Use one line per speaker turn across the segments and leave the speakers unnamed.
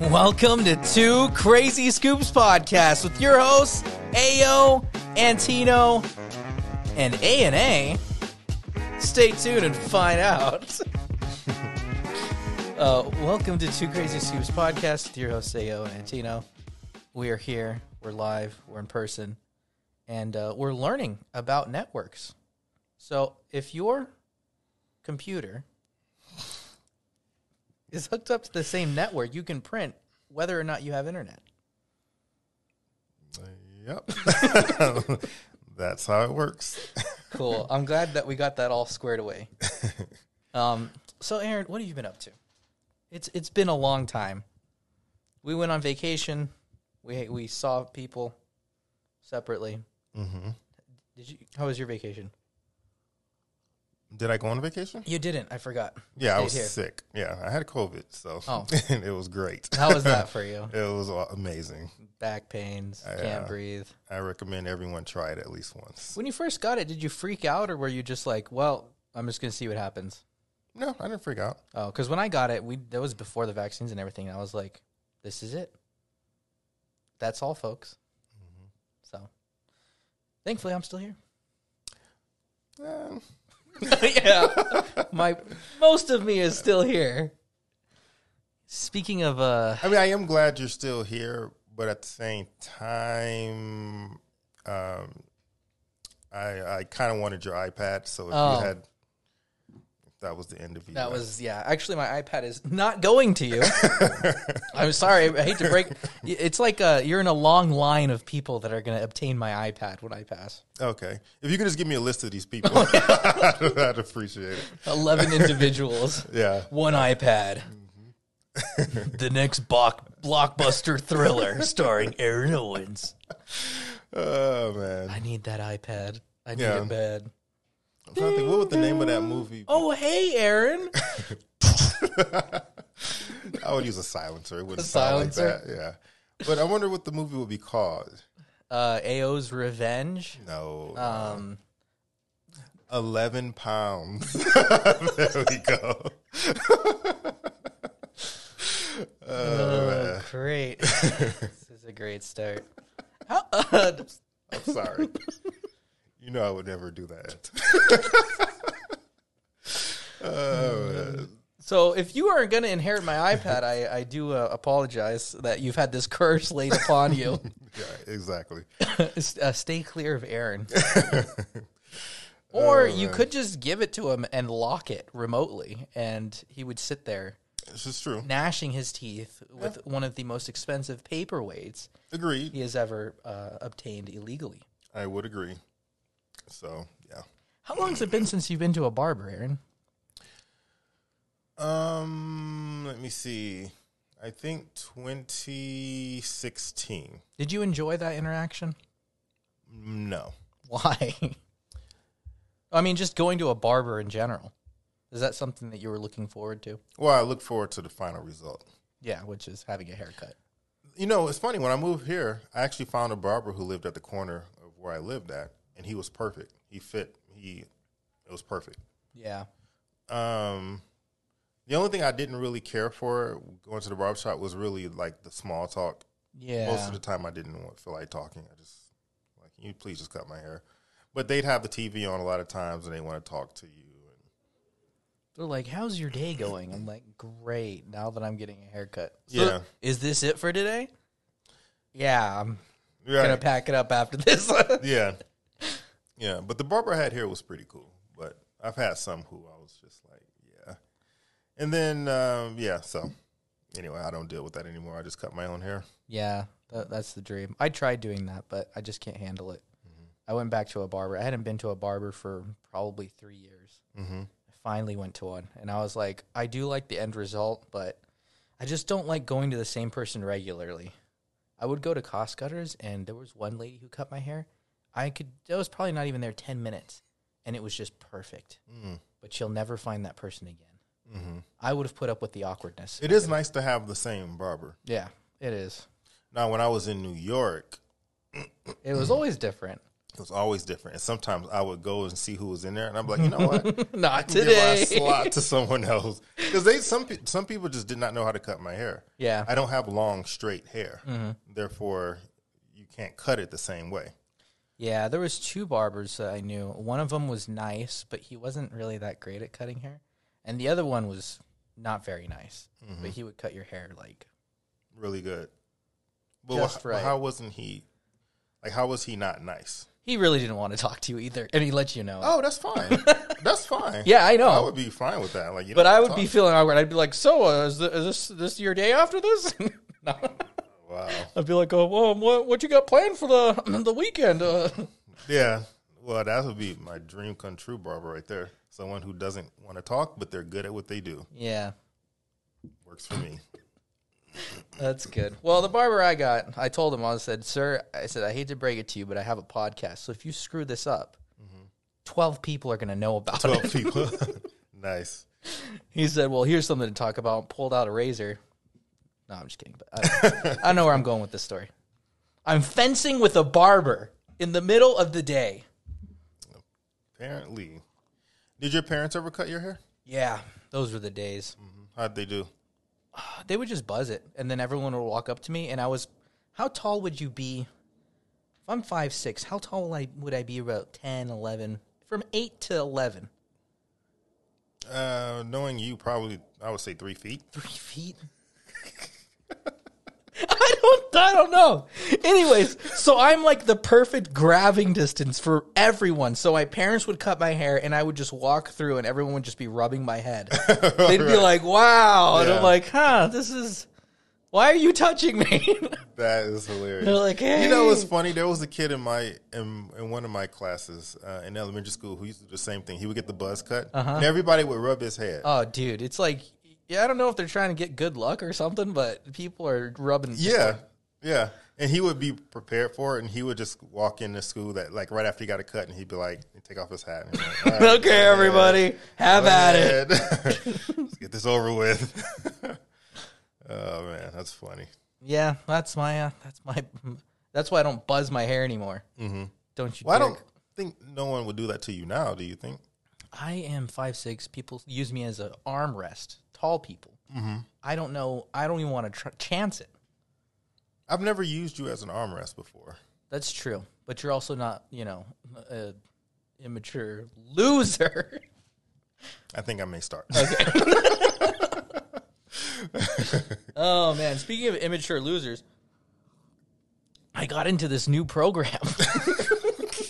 Welcome to Two Crazy Scoops Podcast with your hosts, Ayo, Antino, and A and A. Stay tuned and find out. uh, welcome to Two Crazy Scoops Podcast with your hosts, Ayo and Antino. We are here, we're live, we're in person, and uh, we're learning about networks. So if your computer is hooked up to the same network, you can print whether or not you have internet.
Yep. That's how it works.
Cool. I'm glad that we got that all squared away. Um, so, Aaron, what have you been up to? It's it's been a long time. We went on vacation. We we saw people separately.
hmm
Did you? How was your vacation?
Did I go on vacation?
You didn't. I forgot.
Yeah, I
Stayed
was
here.
sick. Yeah, I had COVID, so
Oh.
it was great.
How was that for you?
It was a- amazing.
Back pains.
Yeah.
Can't breathe.
I recommend everyone try it at least once.
When you first got it, did you freak out or were you just like, well, I'm just gonna see what happens?
No, I didn't freak out.
Oh, because when I got it, we that was before the vaccines and everything. I was like, "This is it. That's all, folks." So, thankfully, I'm still here.
Eh,
yeah, my most of me is still here. Speaking of, uh,
I mean, I am glad you're still here, but at the same time, um, I I kind of wanted your iPad. So if
Oh.
you had, if that was the end of you.
that
I-
was yeah. Actually, my iPad is not going to you. I'm sorry. I hate to break. It's like uh, you're in a long line of people that are going to obtain my iPad when I pass.
Okay. If you could just give me a list of these people, I'd appreciate it.
Eleven individuals.
Yeah.
one iPad. the next block, blockbuster thriller starring Aaron Owens.
Oh, man.
I need that iPad. I need
Yeah.
it bad.
I'm trying to think, what would the name of that movie be?
Oh, hey, Aaron.
I would use a silencer. It wouldn't
A
sound like
silencer?
that. Yeah. But I wonder what the movie would be called.
Uh, AO's Revenge.
No.
Um,
11 pounds. there we go.
oh, great. this is a great start. How, uh,
I'm sorry. you know I would never do that.
so, if you are going to inherit my iPad, I, I do uh, apologize that you've had this curse laid upon you.
yeah, exactly.
S- uh, stay clear of Aaron.
Oh,
or you could just give it to him and lock it remotely, and he would sit there
This is true.
gnashing his teeth with one of the most expensive paperweights
Agreed.
he has ever uh, obtained illegally.
I would agree. So, yeah.
How long has it been since you've been to a barber, Aaron?
Um, let me see. I think 2016.
Did you enjoy that interaction?
No.
Why? I mean, just going to a barber in general. Is that something that you were looking forward to?
Well, I look forward to the final result.
Yeah, which is having a haircut.
You know, it's funny when I moved here, I actually found a barber who lived at the corner of where I lived at, and he was perfect. He fit. He it was perfect.
Yeah.
Um, the only thing I didn't really care for going to the barber shop was really like the small talk
Yeah.
Most of the time, I didn't want, feel like talking. I just like, "Can you please just cut my hair. But they'd have the TV on a lot of times, and they want to talk to you.
They're like, "How's your day going?" I'm like, "Great. Now that I'm getting a haircut."
Yeah.
Is this it for today? Yeah, I'm
And, right?
gonna pack it up after this.
yeah, yeah. But the barber I had here was pretty cool. But I've had some who I was just like, yeah. And then, um, yeah. So anyway, I don't deal with that anymore. I just cut my own hair.
yeah, tha- that's the dream. I tried doing that, but I just can't handle it.
Mm-hmm.
I went back to a barber. I hadn't been to a barber for probably three years.
Mm-hmm.
I finally went to one, and I was like, "I do like the end result, but I just don't like going to the same person regularly." I would go to cost cutters, and there was one lady who cut my hair. I could. That was probably not even there ten minutes, and it was just perfect. but you'll never find that person again.
Mm-hmm.
I would have put up with the awkwardness.
It is nice to have the same barber.
yeah, it is.
Now, when I was in New York,
Mm. It was always different.
It was always different. And sometimes I would go and see who was in there, and I'm like, you know what?
Not
Give my
today.
slot to someone else because they some pe- some people just did not know how to cut my hair.
Yeah.
I don't have long straight hair,
Mm-hmm.
therefore you can't cut it the same way.
Yeah, there was two barbers that I knew. One of them was nice, but he wasn't really that great at cutting hair. And the other one was not very nice,
Mm-hmm.
but he would cut your hair like
Really good. But
Just
wh-
right.
how wasn't he? Like, how was he not nice?
he really didn't want to talk to you either, and he let you know.
Oh, that's fine. that's fine.
yeah, I know.
I would be fine with that. Like, you
but
don't
I
have
would
to
be feeling awkward. I'd be like, "So, uh, is, th- is this this your day after this?" No.
talk- Wow.
I'd be like, "Oh, well, what what you got planned for the the weekend?" Uh,
Yeah. Well, that would be my dream come true, barber, right there. Someone who doesn't want to talk, but they're good at what they do.
yeah,
Works for me.
that's good. Well, the barber I got, I told him, I said, "Sir, I said I hate to break it to you, but I have a podcast. So if you screw this up, twelve people are going to know about it."
Twelve people. nice.
He said, "Well, here's something to talk about." Pulled out a razor. No, I'm just kidding. But I, I don't know where I'm going with this story. I'm fencing with a barber in the middle of the day.
Apparently, did your parents ever cut your hair?
Yeah, those were the days.
How'd they do?
They would just buzz it, and then everyone would walk up to me, and I was, "How tall would you be?" If I'm five six, how tall will I would I be? About 10, 11? from eight to eleven,
Uh, knowing you, probably I would say three feet.
three feet. I don't, I don't know. Anyways, so I'm like the perfect grabbing distance for everyone. So my parents would cut my hair, and I would just walk through, and everyone would just be rubbing my head. They'd be like, "Wow," and
Yeah.
I'm like, "Huh, this is." Why are you touching me?
That is hilarious.
They're like,
You know what's
"Hey."
funny? There was a kid in my in, in one of my classes uh, in elementary school who used to do the same thing. He would get the buzz cut, and everybody would rub his head.
Uh-huh. Oh, dude, it's like yeah, I don't know if they're trying to get good luck or something, but people are rubbing.
yeah, yeah. And he would be prepared for it, and he would just walk into school that like right after he got a cut, and he'd be like, he'd take off his hat. And be like,
okay, everybody, have at it.
Let's get this over with. oh man, that's funny.
Yeah, that's my uh, that's my that's why I don't buzz my hair anymore. Mm-hmm. Don't you?
Well, I
dare-
don't think no one would do that to you now. Do you think?
I am five six. People use me as an armrest. Tall people. Mm-hmm. I don't know. I don't even want to tr- chance it.
I've never used you as an armrest before.
That's true. But you're also not, you know, a immature loser.
I think I may start.
Oh man, speaking of immature losers, I got into this new program.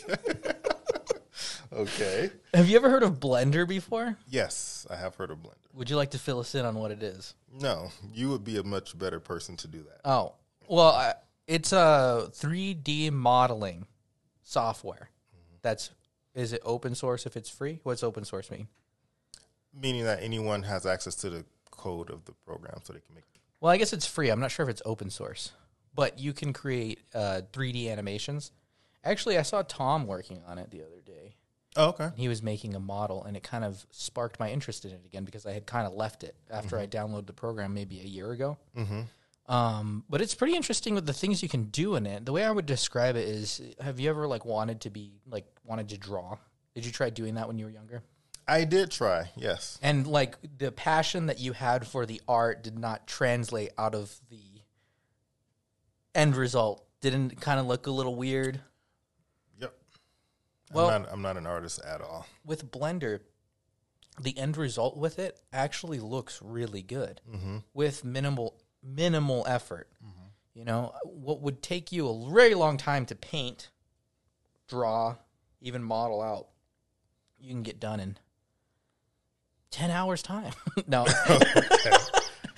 okay.
Have you ever heard of Blender before?
Yes, I have heard of Blender.
Would you like to fill us in on what it is?
No, you would be a much better person to do that.
Oh, well, I, it's a 3D modeling software. That's is it open source if it's free? What's open source mean?
Meaning that anyone has access to the code of the program so they can make
Well, I guess it's free. I'm not sure if it's open source, but you can create uh, 3D animations. Actually, I saw Tom working on it the other day.
Oh, okay.
He was making a model, and it kind of sparked my interest in it again because I had kind of left it after I downloaded the program maybe a year ago. Um, but it's pretty interesting with the things you can do in it. The way I would describe it is: Have you ever like wanted to be like wanted to draw? Did you try doing that when you were younger?
I did try, yes.
and like the passion that you had for the art did not translate out of the end result didn't it kind of look a little weird
Yep.
Well-
I'm, not, I'm not an artist at all.
with blender the end result with it actually looks really good with minimal minimal effort you know what would take you a very long time to paint draw even model out you can get done in 10 hours time no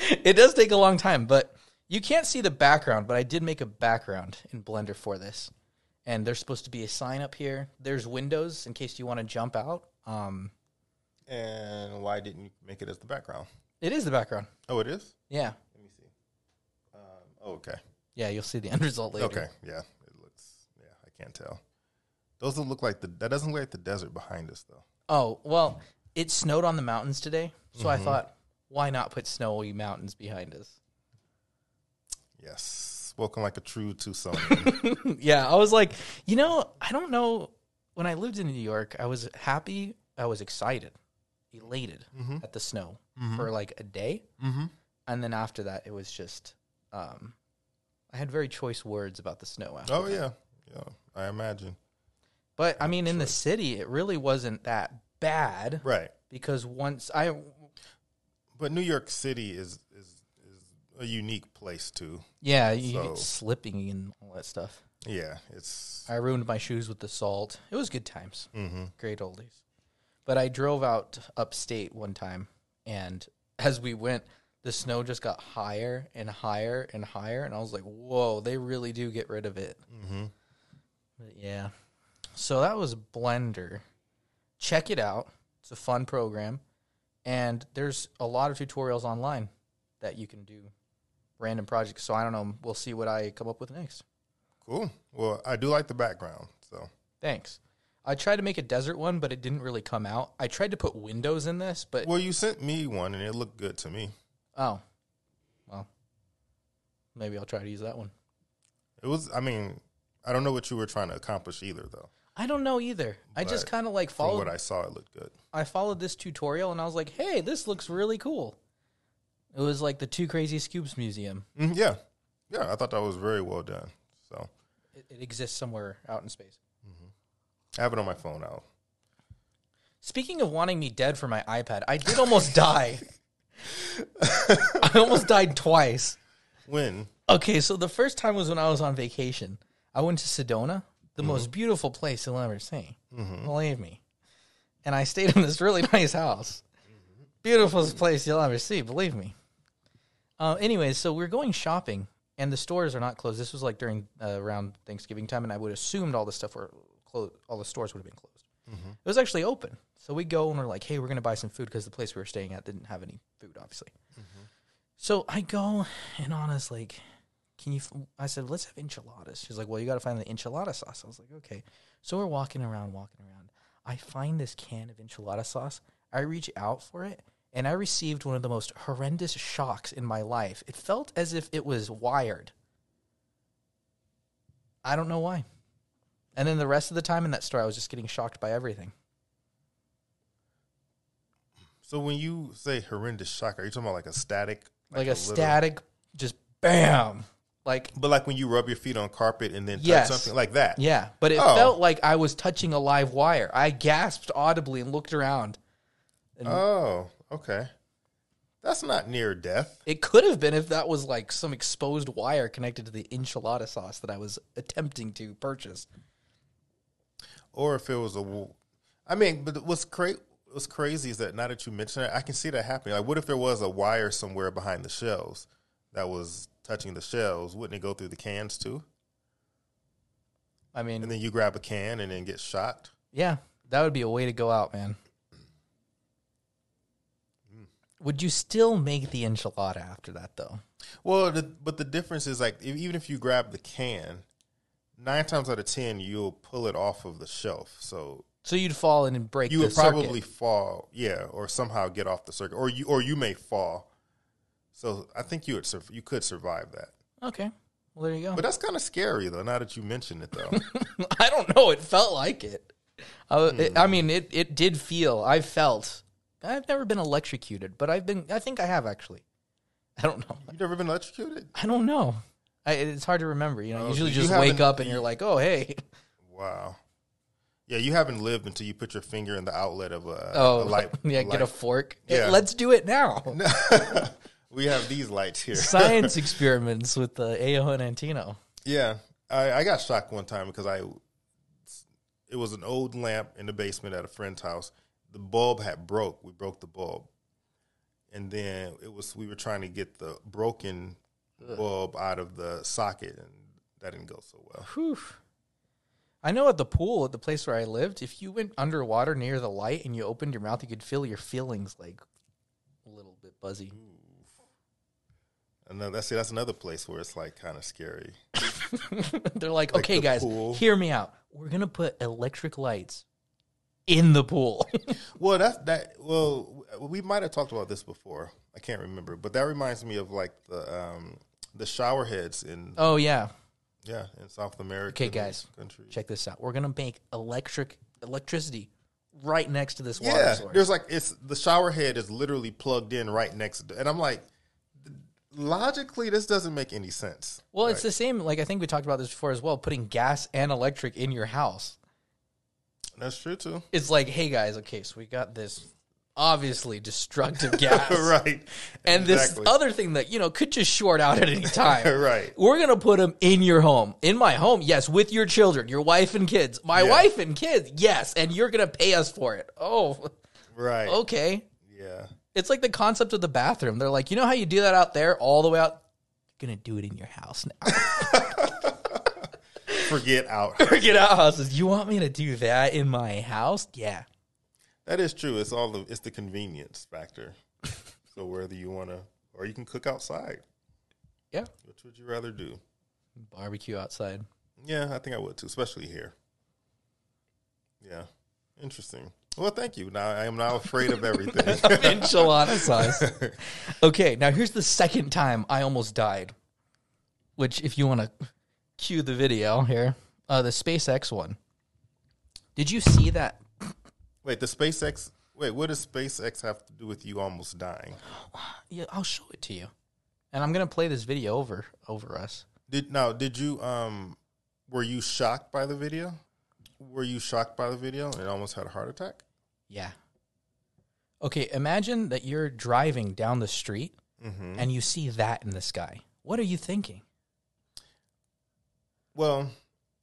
it does take a long time but you can't see the background but i did make a background in blender for this and there's supposed to be a sign up here there's windows in case you want to jump out um,
And why didn't you make it as the background?
it is the background
Oh, it is?
yeah
Let me see. Um, oh, okay.
yeah you'll see the end result later
Okay, yeah. It looks, yeah, I can't tell. Those don't look like the, that doesn't look like the desert behind us, though.
oh well it snowed on the mountains today so
Mm-hmm.
i thought why not put snowy mountains behind us
Yes. Spoken like a true Tucson.
yeah, I was like, you know, I don't know. When I lived in New York, I was happy. I was excited, elated
mm-hmm.
at the snow
Mhm.
for like a day,
Mm-hmm.
and then after that, it was just. Um, I had very choice words about the snow. After
Oh
that.
yeah, yeah. I imagine.
but I mean, in the city, it really wasn't that bad
Right,
because once I,
but New York City is is is a unique place too.
yeah, you get
So-
slipping and all that stuff.
Yeah, it's.
I ruined my shoes with the salt. It was good times,
hmm
great oldies. But I drove out upstate one time, and as we went, the snow just got higher and higher and higher, and I was like, "Whoa, they really do get rid of it."
hmm
But yeah, so that was Blender. Check it out; it's a fun program, and there's a lot of tutorials online that you can do random projects. So I don't know. We'll see what I come up with next.
Cool. Well, I do like the background. So
Thanks. I tried to make a desert one, but it didn't really come out. I tried to put windows in this, but
well, you sent me one and it looked good to me.
oh, well, maybe I'll try to use that one.
It was. I mean, I don't know what you were trying to accomplish either, though.
I don't know either. I just
But
kind of like
From
followed.
what I saw, it looked good.
I followed this tutorial and I was like, "Hey, this looks really cool." It was like the Two Crazy Scoops Museum.
Mhm, yeah, yeah. I thought that was very well done. So
It, it exists somewhere out in space.
I have it on my phone now.
Speaking of wanting me dead for my iPad, I did almost die. I almost died twice.
When?
Okay, so the first time was when I was on vacation. I went to Sedona, the most beautiful place you'll ever see. Believe me. And I stayed in this really nice house. Beautiful place you'll ever see, believe me. Uh, anyways, so we're going shopping, and the stores are not closed. This was like during uh, around Thanksgiving time, and I would assumed all the stuff were closed. All the stores would have been closed. It was actually open. So we go and we're like, "Hey, we're gonna buy some food because the place we were staying at didn't have any food, obviously." So I go, and Anna's like, can you? F-? I said, let's have enchiladas. She's like, well, you got to find the enchilada sauce. I was like, okay. So we're walking around, walking around. I find this can of enchilada sauce. I reach out for it, and I received one of the most horrendous shocks in my life. It felt as if it was wired. I don't know why. And then the rest of the time in that store, I was just getting shocked by everything.
So when you say horrendous shock, are you talking about like a static?
Like, a,
little-
static, just bam. Like,
But like when you rub your feet on carpet and then touch
Yes.
something like that.
Yeah, but it
Oh.
felt like I was touching a live wire. I gasped audibly and looked around.
Oh, okay. That's not near death.
It could have been if that was like some exposed wire connected to the enchilada sauce that I was attempting to purchase.
Or if it was a, w- I mean, but what's cra- what's crazy is that now that you mention it, I can see that happening. Like, what if there was a wire somewhere behind the shelves that was touching the shelves? Wouldn't it go through the cans too?
I
And
mean,
then you grab a can and then get shot.
yeah, that would be a way to go out, man.
Hmm.
Would you still make the enchilada after that, though?
Well, the, but the difference is like if, even if you grab the can, nine times out of ten you'll pull it off of the shelf. So
So you'd fall in and break.
you
the
would probably
circuit.
fall, yeah, or somehow get off the circuit, or you or you may fall. So I think you would sur- you could survive that,
okay. Well, there you go.
but that's kind of scary though. Now that you mention it though,
I don't know. It felt like it. I, wa- it-
Hmm.
I mean, it, it did feel. I felt. I've never been electrocuted, but I've been. I think I have actually. I don't know.
you've never been electrocuted.
I don't know. I, it's hard to remember. You know, you
Oh,
usually
so you
just wake
haven't-
up and you're like, oh hey,
Wow, yeah, you haven't lived until you put your finger in the outlet of a,
oh
a light.
yeah,
a
get a
light.
fork.
Yeah.
let's do it now.
we have these lights here.
Science experiments with the Aho and Antino.
Yeah, I, I got shocked one time because I it was an old lamp in the basement at a friend's house. The bulb had broke. We broke the bulb, and then it was we were trying to get the broken bulb out of the socket, and that didn't go so well.
Whew. I know at the pool at the place where I lived, if you went underwater near the light and you opened your mouth, you could feel your feelings like a little bit buzzy.
Another that's see, that's another place where it's like kind of scary.
They're like,
Like
okay,
the
guys,
pool."
hear me out. We're gonna put electric lights in the pool.
Well, that's that. Well, we might have talked about this before. I can't remember, but that reminds me of like the um, the shower heads in
Oh yeah.
yeah in South America.
Okay, guys.
countries.
Check this out. We're gonna make electric electricity right next to this water
Yeah,
source.
there's like it's the shower head is literally plugged in right next, to, and I'm like, logically, this doesn't make any sense.
Well, it's the same. Like I think we talked about this before as well. Putting gas and electric in your house.
That's true too.
It's like, hey guys, okay, so we got this obviously destructive gas,
right,
and
Exactly.
this other thing that you know could just short out at any time.
right.
We're gonna put them in your home, in my home, yes, with your children, your wife and kids, my
Yeah.
wife and kids, yes, and you're gonna pay us for it. Oh,
Right.
okay.
Yeah.
It's like the concept of the bathroom. They're like, you know how you do that out there, all the way out. You're gonna do it in your house now.
Forget out.
Get out houses. You want me to do that in my house? Yeah.
that is true. It's all the it's the convenience factor. so whether you want to, or you can cook outside.
Yeah.
Which would you rather do?
Barbecue outside.
Yeah, I think I would too, especially here. Yeah. Interesting. Well, thank you. Now I am now afraid of everything.
Enchilada sauce. Okay, now here's the second time I almost died. Which, if you want to cue the video here, uh, the SpaceX one. Did you see that?
Wait, the SpaceX. Wait, what does SpaceX have to do with you almost dying?
Yeah, I'll show it to you, and I'm gonna play this video over over us.
Did now? Did you um? Were you shocked by the video? Were you shocked by the video and almost had a heart attack?
Yeah. Okay, imagine that you're driving down the street
Mm-hmm.
and you see that in the sky. What are you thinking?
Well,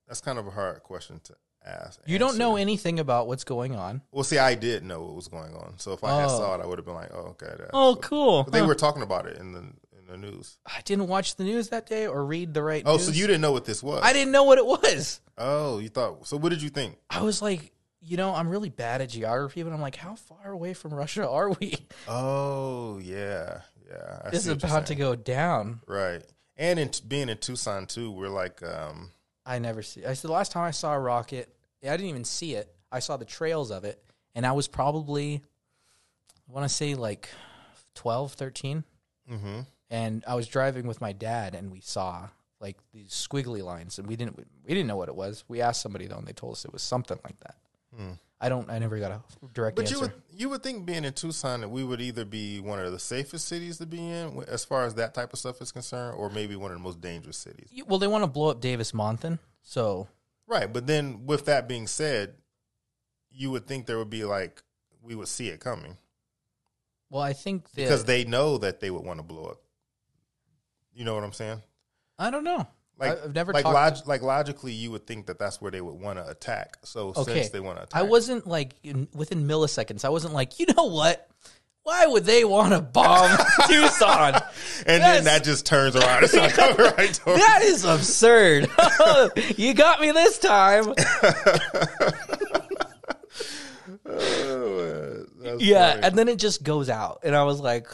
that's kind of a hard question to ask.
You don't know
answer.
anything about what's going on.
Well, see, I did know what was going on, so if I had
Oh.
saw it, I would have been like, "Oh, okay." That's
Oh,
what-
cool.
But they were talking about it in the in the news.
I didn't watch the news that day or read the right.
Oh,
news.
so you didn't know what this was?
I didn't know what it was.
Oh, you thought. So what did you think?
I was like, you know, I'm really bad at geography, but I'm like, how far away from Russia are we?
Oh, yeah, yeah. I
This is
see what you're
about to
saying.
go down.
right. And in being in Tucson too, we're like, um,
I never see. I said the last time I saw a rocket, I didn't even see it. I saw the trails of it, and I was probably, I want to say like 12, 13.
hmm
and I was driving with my dad, and we saw like these squiggly lines, and we didn't we didn't know what it was. We asked somebody though, and they told us it was something like that. I don't. I never got a direct
Hmm. But
answer.
you would you would think being in Tucson that we would either be one of the safest cities to be in w- as far as that type of stuff is concerned, or maybe one of the most dangerous cities.
You- well, they want to blow up Davis Monthan, so
Right. But then with that being said, you would think there would be like we would see it coming
well, I think that,
because they know that they would want to blow up. You know what I'm saying?
I don't know.
Like
I- I've never
like
talked.
log- like logically, you would think that that's where they would want to attack. So
okay,
since they want to attack,
I wasn't like in, within milliseconds. I wasn't like, you know what? Why would they want to bomb Tucson?
and
Yes.
then that just turns around. It's like coming right towards
That is absurd. you got me this time.
Oh, that's
Yeah,
funny.
and then it just goes out, and I was like,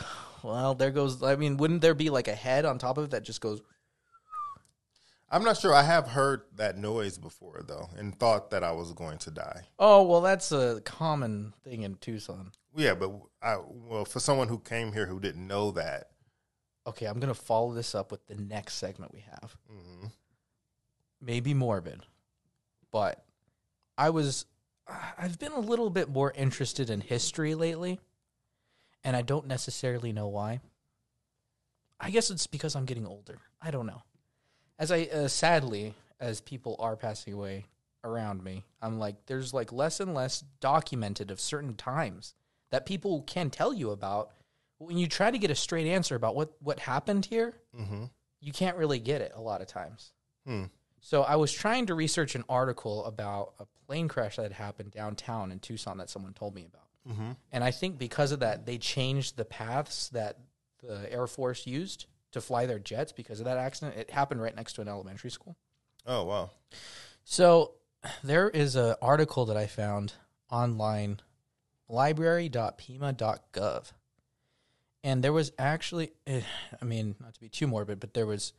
"Well, there goes." I mean, wouldn't there be like a head on top of it that just goes?
I'm not sure. I have heard that noise before though, and thought that I was going to die.
Oh, well, that's a common thing in Tucson.
Yeah, but I well for someone who came here who didn't know that.
Okay, I'm gonna follow this up with the next segment we have.
mm-hmm,
Maybe morbid, but I was, I've been a little bit more interested in history lately, and I don't necessarily know why. I guess it's because I'm getting older. I don't know. As I uh, sadly, as people are passing away around me, I'm like there's like less and less documented of certain times that people can tell you about. But when you try to get a straight answer about what what happened here,
hmm
you can't really get it a lot of times.
Hmm.
So I was trying to research an article about a plane crash that had happened downtown in Tucson that someone told me about.
hmm
And I think because of that, they changed the paths that the Air Force used to fly their jets because of that accident. It happened right next to an elementary school.
Oh wow.
So there is an article that I found online, library.pima.gov. And there was actually, eh, I mean, not to be too morbid, but there was,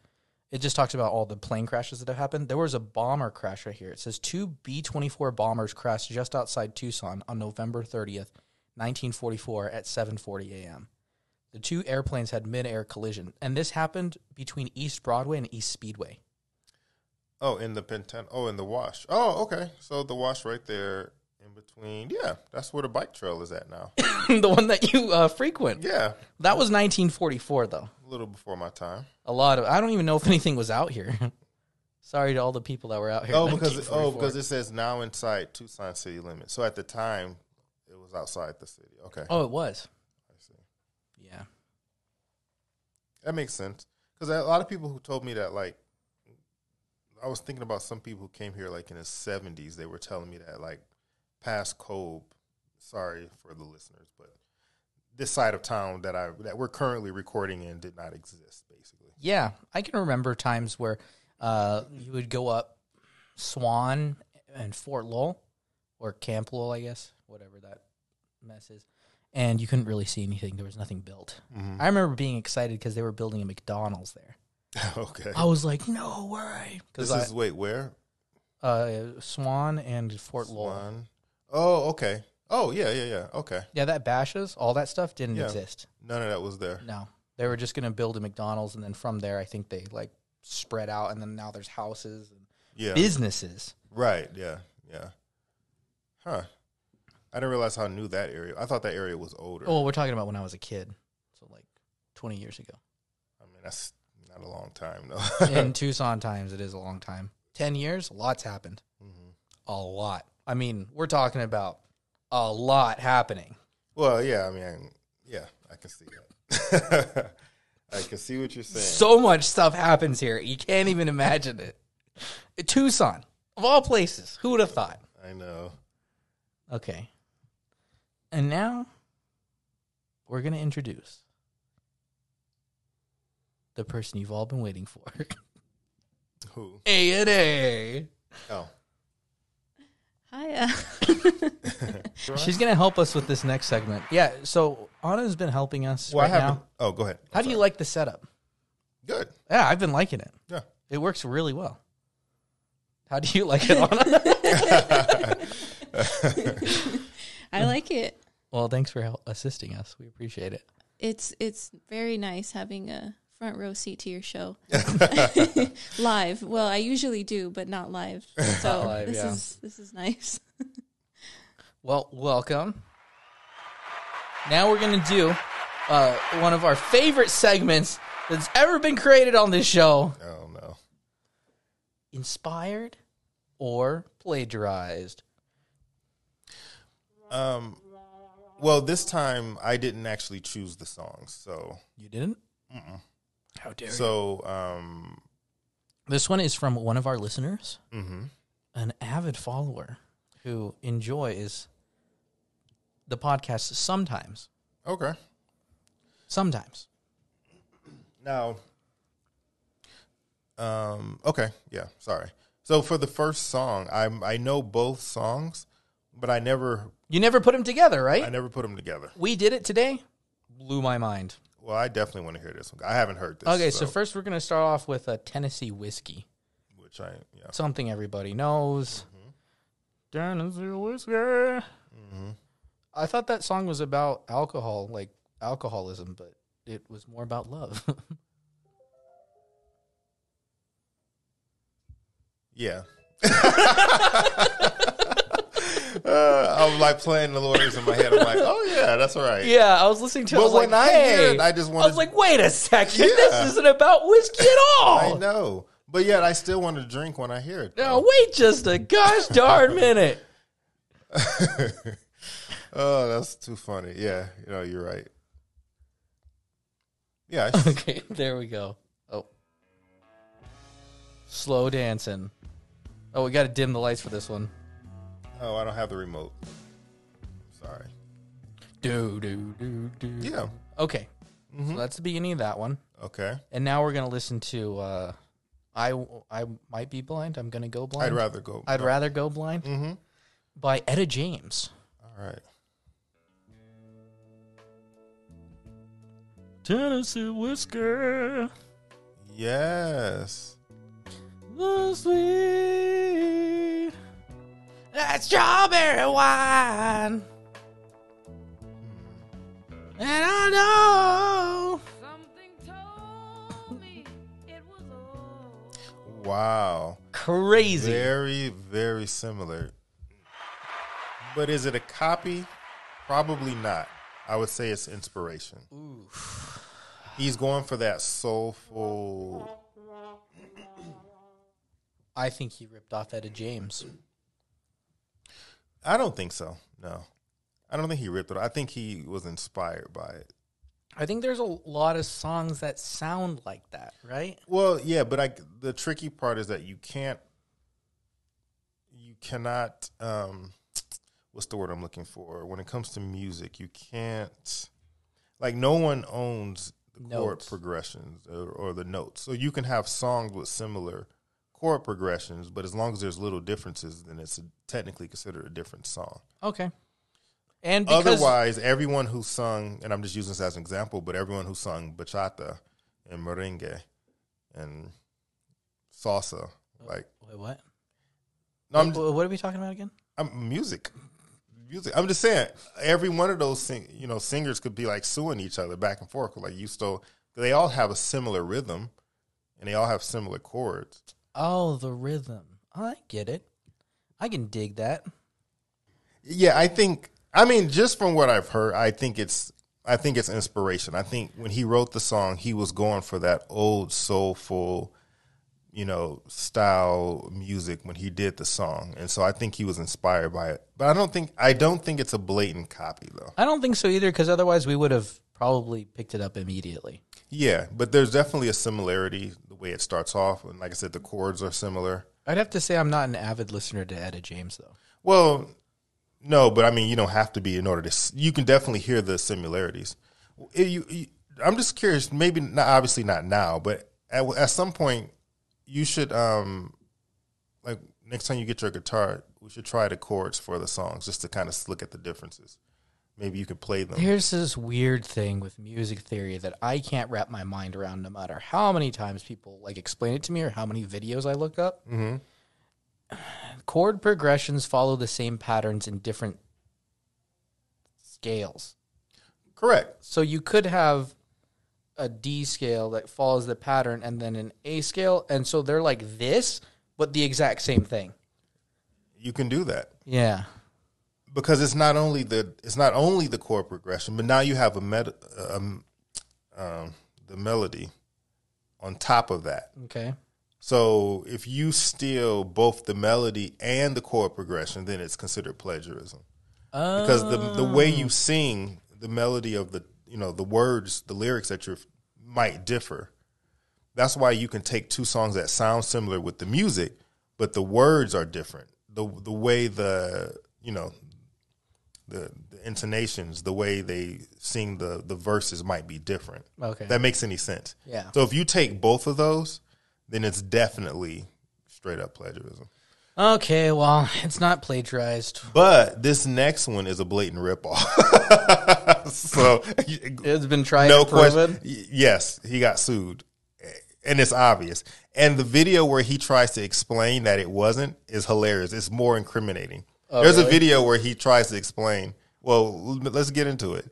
it just talks about all the plane crashes that have happened. There was a bomber crash right here. It says two B 24 bombers crashed just outside Tucson on November 30th, 1944 at 7.40 a.m. The two airplanes had mid-air collision, and this happened between East Broadway and East Speedway.
Oh, in the Penten. Oh, in the wash. Oh, okay. So the wash right there in between. Yeah, that's where the bike trail is at now.
the one that you uh, frequent.
yeah,
That was 1944, though.
a little before my time.
A lot of I don't even know if anything was out here. Sorry to all the people that were out here. in
Oh, because oh,
1944.
because it says now inside Tucson city limits. So at the time, it was outside the city. Okay,
oh, it was.
I see.
Yeah.
That makes sense because a lot of people who told me that, like, I was thinking about some people who came here like in the seventies. They were telling me that like past Cobe. Sorry for the listeners, but this side of town that I that we're currently recording in did not exist. Basically,
Yeah, I can remember times where uh, you would go up Swan and Fort Lowell or Camp Lowell, I guess, whatever that mess is, and you couldn't really see anything. There was nothing built. I remember being excited because they were building a McDonald's there.
okay.
I was like, "No way!" Because Mm-hmm.
This
Oh, I
is wait where
uh, Swan and Fort Lowell.
one. Oh, okay. Oh, yeah, yeah, yeah. Okay,
Yeah, that bashes all that stuff didn't
Yeah.
exist.
none of that was there.
No, they were just going to build a McDonald's, and then from there, I think they like spread out, and then now there's houses and
Yeah,
businesses.
right. Yeah, yeah. Huh. I didn't realize how new that area. I thought that area was older.
Oh, we're talking about when I was a kid, so like twenty years ago.
I mean, that's not a long time though.
In Tucson times, it is a long time. Ten years, lots happened.
Mm-hmm.
A lot. I mean, we're talking about a lot happening.
well, yeah. I mean, yeah, I can see that. I can see what you're saying.
So much stuff happens here. You can't even imagine it. Tucson, of all places, who would have thought?
I know.
Okay. And now we're going to introduce the person you've all been waiting for.
Who?
A and A.
Oh,
Hiya.
She's going to help us with this next segment. Yeah, so Anna's been helping us
well, I
right
haven't.
now.
Oh, go ahead.
How do you like the setup?
Good.
Yeah, I've been liking it.
Yeah.
It works really well. How do you like it, Anna?
I like it.
well, thanks for help assisting us. We appreciate it.
It's it's very nice having a front row seat to your show live. Well, I usually do, but not live. So
live,
this
yeah.
is this is nice.
Well, welcome. Now we're going to do uh, one of our favorite segments that's ever been created on this show
Oh no.
Inspired or Plagiarized.
Um. Well, this time I didn't actually choose the songs, so
You didn't? How dare you?
so um
This one is from one of our listeners, an avid follower who enjoys the podcast sometimes.
okay.
Sometimes.
Now, um, okay, yeah, sorry. So for the first song, I I know both songs, but I never
You never put them together, right?
I never put them together.
We did it today. Blew my mind.
Well, I definitely want to hear this one. I haven't heard this.
Okay, so, first we're going to start off with a Tennessee whiskey.
which I yeah
Something everybody knows. Mm-hmm. Tennessee whiskey.
Mm-hmm.
I thought that song was about alcohol, like alcoholism, but it was more about love.
yeah. Uh, I'm like playing the lawyers in my head. I'm like, oh yeah, that's all right.
yeah, I was listening to it. I
But
was
when
like,
I hear
hey.
it, I just
I was
wanna-
like, wait a second.
Yeah.
This isn't about whiskey at
I
all.
know, but yet I still want to drink when I hear it.
Now, wait just a gosh darn minute.
Oh, that's too funny. Yeah, you know, you're right. Yeah, I-
Okay, there we go. Oh. Slow dancing. Oh, we got to dim the lights for this one.
Oh, I don't have the remote. Sorry.
Do, do, do, do.
Yeah.
Okay.
Mm-hmm.
So that's the beginning of that one.
Okay.
And now we're going to listen to uh, I, I Might Be Blind. I'm going to Go Blind.
I'd rather go.
I'd rather Go Blind
Mhm.
by Etta James.
All right.
Tennessee Whiskey.
Yes.
The sweet. That strawberry
Hmm.
wine. And I
Wow.
Crazy.
Very, very similar. But is it a copy? Probably not. I would say it's inspiration. He's going for that soulful.
I think he ripped off Etta James.
I don't think so. No. I don't think he ripped it. I think he was inspired by it.
I think there's a lot of songs that sound like that, right?
Well, yeah, but I the tricky part is that you can't you cannot um what's the word I'm looking for? When it comes to music, you can't like no one owns the chord
Notes.
progressions or, or the notes. So you can have songs with similar chord progressions, but as long as there's little differences, then it's technically considered a different song.
Okay. And because
Otherwise, everyone who sung, and I'm just using this as an example, but everyone who sung bachata and merengue and salsa, like
Wait, what?
no, I'm,
Wh- what are we talking about again?
I'm music, music. I'm just saying, every one of those, sing, you know, singers could be like suing each other back and forth. Like you stole, they all have a similar rhythm, and they all have similar chords.
Oh, the rhythm. Oh, I get it. I can dig that.
Yeah, I think. I mean, just from what I've heard, I think it's. I think it's inspiration. I think when he wrote the song, he was going for that old soulful, you know, style music when he did the song, and so I think he was inspired by it. But I don't think I don't think it's a blatant copy though.
I don't think so either, because otherwise we would have probably picked it up immediately.
Yeah, but there's definitely a similarity the way it starts off, and like I said, the chords are similar.
I'd have to say I'm not an avid listener to Etta James, though.
Well, no, but I mean, you don't have to be in order to. s- You can definitely hear the similarities. If you- you- I'm just curious. Maybe not, obviously not now, but at, at some point, you should um, like next time you get your guitar, we should try the chords for the songs just to kind of look at the differences. Maybe you could play them.
There's this weird thing with music theory that I can't wrap my mind around, no matter how many times people like explain it to me or how many videos I look up.
Mhm.
Chord progressions follow the same patterns in different scales.
Correct.
So you could have a D scale that follows the pattern and then an A scale. And so they're like this, but the exact same thing.
You can do that.
Yeah.
because it's not only the it's not only the chord progression, but now you have a med, um, um, the melody on top of that.
Okay.
So if you steal both the melody and the chord progression, then it's considered plagiarism
Uh,
because the the way you sing the melody of the you know the words the lyrics that you might differ. That's why you can take two songs that sound similar with the music, but the words are different. the The way the you know the, the intonations, the way they sing the the verses might be different.
okay.
If that makes any sense.
Yeah.
So if you take both of those, then it's definitely straight up plagiarism.
okay. Well, it's not plagiarized.
But this next one is a blatant ripoff. so
It's been tried
no
and proven.
question. Y- Yes, he got sued, and it's obvious. And the video where he tries to explain that it wasn't is hilarious. It's more incriminating.
Oh,
There's a video where he tries to explain. Well, l- let's get into it.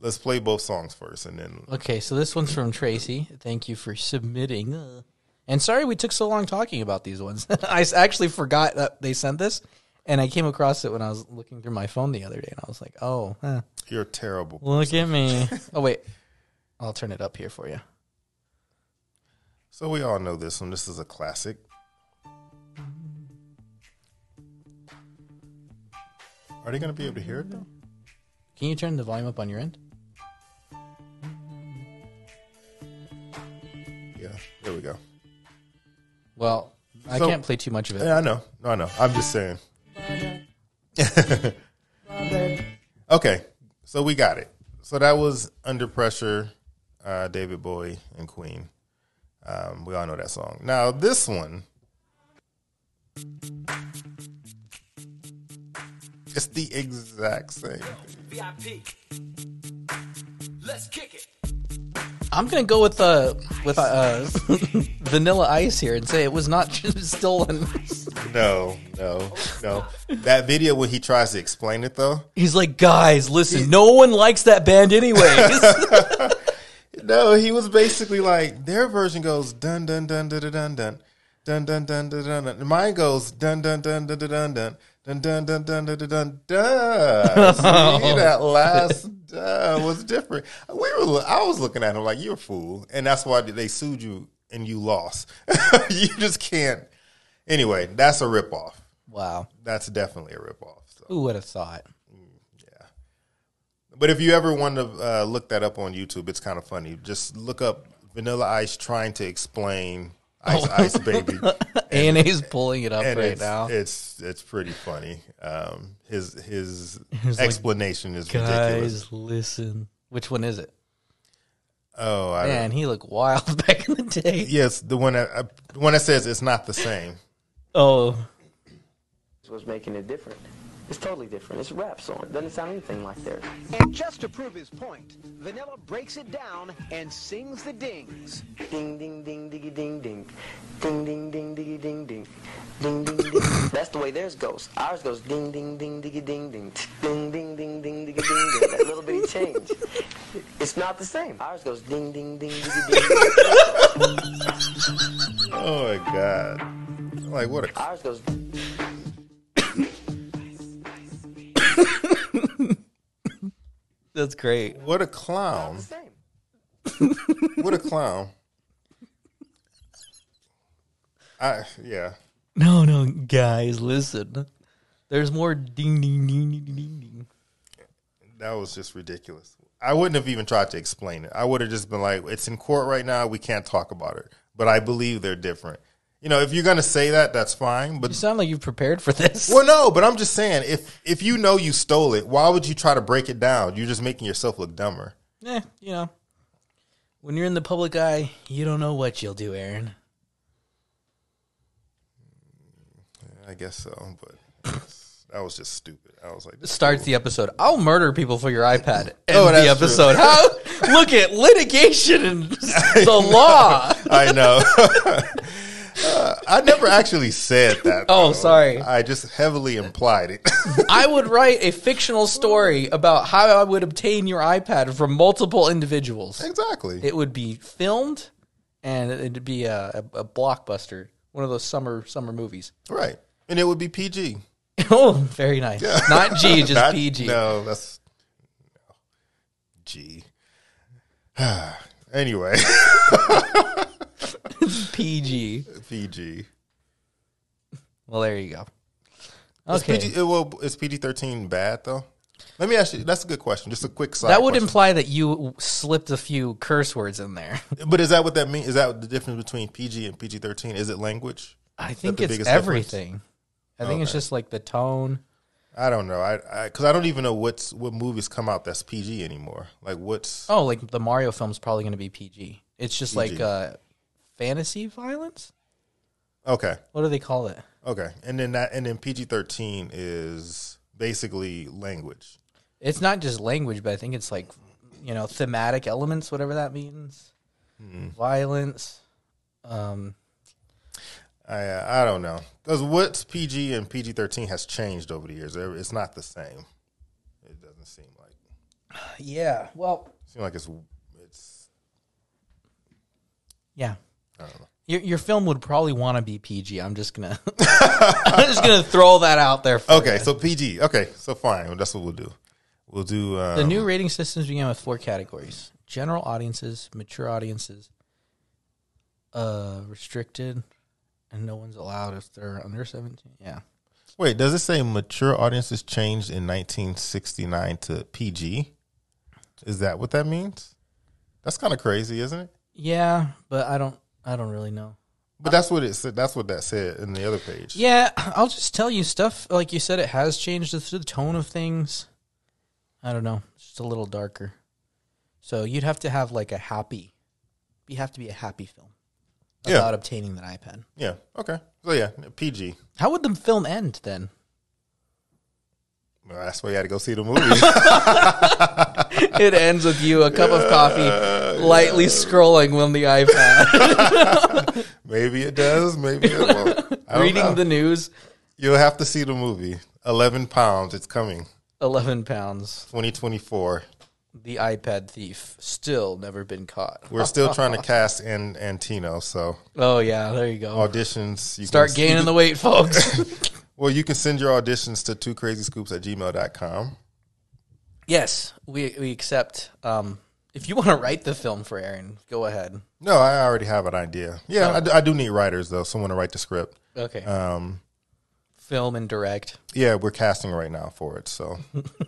Let's play both songs first, and then
Okay, so this one's from Tracy. Thank you for submitting. Uh, and sorry we took so long talking about these ones. I s- actually forgot that they sent this, and I came across it when I was looking through my phone the other day, and I was like, oh, huh,
you're terrible.
look at me. oh, wait. I'll turn it up here for you.
So we all know this one. This is a classic. Are they going to be able to hear it though?
Can you turn the volume up on your end?
Yeah, there we go.
Well, I
So-
can't play too much of it.
Yeah, I know. No, I know. I'm just saying. okay, so we got it. So that was Under Pressure, uh, David Bowie and Queen. Um, we all know that song. Now this one, it's the exact same.
VIP. Let's kick it.
I'm gonna go with uh with uh, Vanilla Ice here and say it was not stolen.
No, no, no. That video where he tries to explain it though.
He's like, guys, listen, no one likes that band anyways.
No, he was basically like their version goes dun dun dun dun dun dun. dun. Dun dun dun dun dun. dun. Mine goes dun dun dun dun dun dun dun dun dun dun dun dun dun dun. dun. See that last duh was different. We were. I was looking at him like you're a fool, and that's why they sued you and you lost. you just can't. Anyway, that's a ripoff.
Wow.
That's definitely a ripoff. So.
Who would have thought?
But if you ever want to uh, look that up on YouTube, it's kind of funny. Just look up Vanilla Ice trying to explain
Oh
Ice Ice Baby,
ANA's pulling it up
and
right
it's,
now.
it's it's pretty funny. Um, his his
like,
explanation is ridiculous.
Guys, listen. Which one is it?
Oh, I
Man, he looked wild back in the day.
yes, the one that, uh, the one that says it's not the same.
Oh,
was making it different. It's totally different. It's a rap song. It doesn't sound anything like theirs.
And just to prove his point, Vanilla breaks it down and sings the dings.
Ding ding ding diggy ding ding. Ding ding ding diggy ding ding. Ding ding ding. That's the way theirs goes. Ours goes ding ding ding diggy ding ding. Ding ding ding ding diggy ding ding. That little bitty change. It's not the same. Ours goes ding ding ding diggy ding ding.
Oh my god! I'm Like what? A,
Ours goes
that's great.
what a clown!
the same.
What a clown! I yeah.
No, no, guys, listen. There's more ding ding ding ding ding ding.
That was just ridiculous. I wouldn't have even tried to explain it. I would have just been like, it's in court right now. We can't talk about it. But I believe they're different. You know, if you're going to say that, that's fine.
You
But,
sound like you've prepared for this.
well, no, but I'm just saying, if, if you know you stole it, why would you try to break it down? You're just making yourself look dumber.
Eh, you know. When you're in the public eye, you don't know what you'll do, Aaron.
I guess so. But that was just stupid. I was like,
It starts the episode. I'll murder people for your iPad. End
Oh,
the
that's true.
episode. How? Look at litigation and the law.
I know. Uh, I never actually said that.
Oh,
though.
sorry.
I just heavily implied it.
I would write a fictional story about how I would obtain your iPad from multiple individuals.
exactly.
It would be filmed, and it'd be a, a, a blockbuster, one of those summer summer movies.
right. And it would be PG.
oh, very nice. Not G, just
Not-
PG.
No, that's no. G. anyway,
PG.
PG.
Well, there you go.
Is
Okay,
PG, uh, well, is PG thirteen bad though? Let me ask you. That's a good question. Just a quick side.
that would
question.
imply that you slipped a few curse words in there.
But is that what that means? Is that the difference between PG and PG thirteen? Is it language?
I think
the
it's
biggest difference?
everything. I think it's just like the tone.
I don't know. I because I, don't even know what's what movies come out that's PG anymore. Like what's
Oh, like the Mario film's probably going to be PG. It's just like uh, fantasy violence.
okay,
What do they call it?
okay, and then that and then PG thirteen is basically language.
It's not just language, but I think it's like you know thematic elements, whatever that means.
Hmm.
Violence. Um,
I uh, I don't know because what's PG and PG thirteen has changed over the years. It- It's not the same. It doesn't seem like
yeah. Well.
seem like it's it's
Yeah.
I don't know.
Your, your film would probably want to be PG. I'm just gonna, I'm just gonna throw that out there. For
Okay,
you.
so PG. Okay, so fine. Well, that's what we'll do. We'll do um,
The new rating systems began with four categories: general audiences, mature audiences, uh, restricted, and no one's allowed if they're under seventeen. Yeah,
Wait, does it say mature audiences changed in 1969 to PG? Is that what that means? That's kind of crazy, isn't it?
yeah, but I don't, I don't really know.
But that's what it said. That's what that said in the other page.
Yeah, I'll just tell you stuff. Like you said, it has changed the, the tone of things. I don't know, it's just a little darker. So you'd have to have like a happy, you have to be a happy film
Yeah.
about obtaining that iPad.
Yeah. Okay. So yeah, PG.
How would the film end then?
Well, that's why you had to go see the movie.
it ends with you a cup of coffee lightly scrolling on the ipad
maybe it does. Maybe it won't. I don't
reading
know.
the news
You'll have to see the movie. Eleven pounds. It's coming.
11 pounds
2024.
the iPad thief still never been caught.
We're still trying to cast in Antino, so
Oh yeah, there you go.
auditions. You
Start
can,
gaining the weight, folks.
Well, you can send your auditions to two crazy scoops at gmail.com.
yes, we we accept. Um, if you want to write the film for Aaron, go ahead.
No, I already have an idea.
Oh.
Yeah, I do- I, do need writers though. Someone to write the script.
Okay.
Um,
film and direct.
yeah, we're casting right now for it, so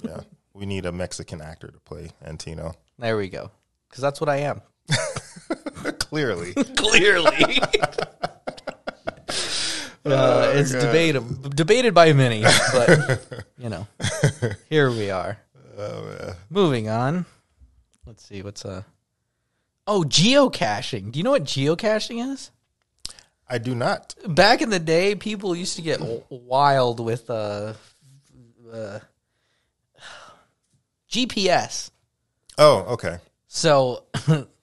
yeah, we need a Mexican actor to play Antino.
There we go. Because that's what I am.
Clearly,
Clearly. Uh, it's debated debated by many, but you know, here we are. Moving on. Let's see what's uh Oh, geocaching. Do you know what geocaching is?
I do not.
Back in the day, people used to get w- wild with uh, uh GPS.
Oh, okay.
So,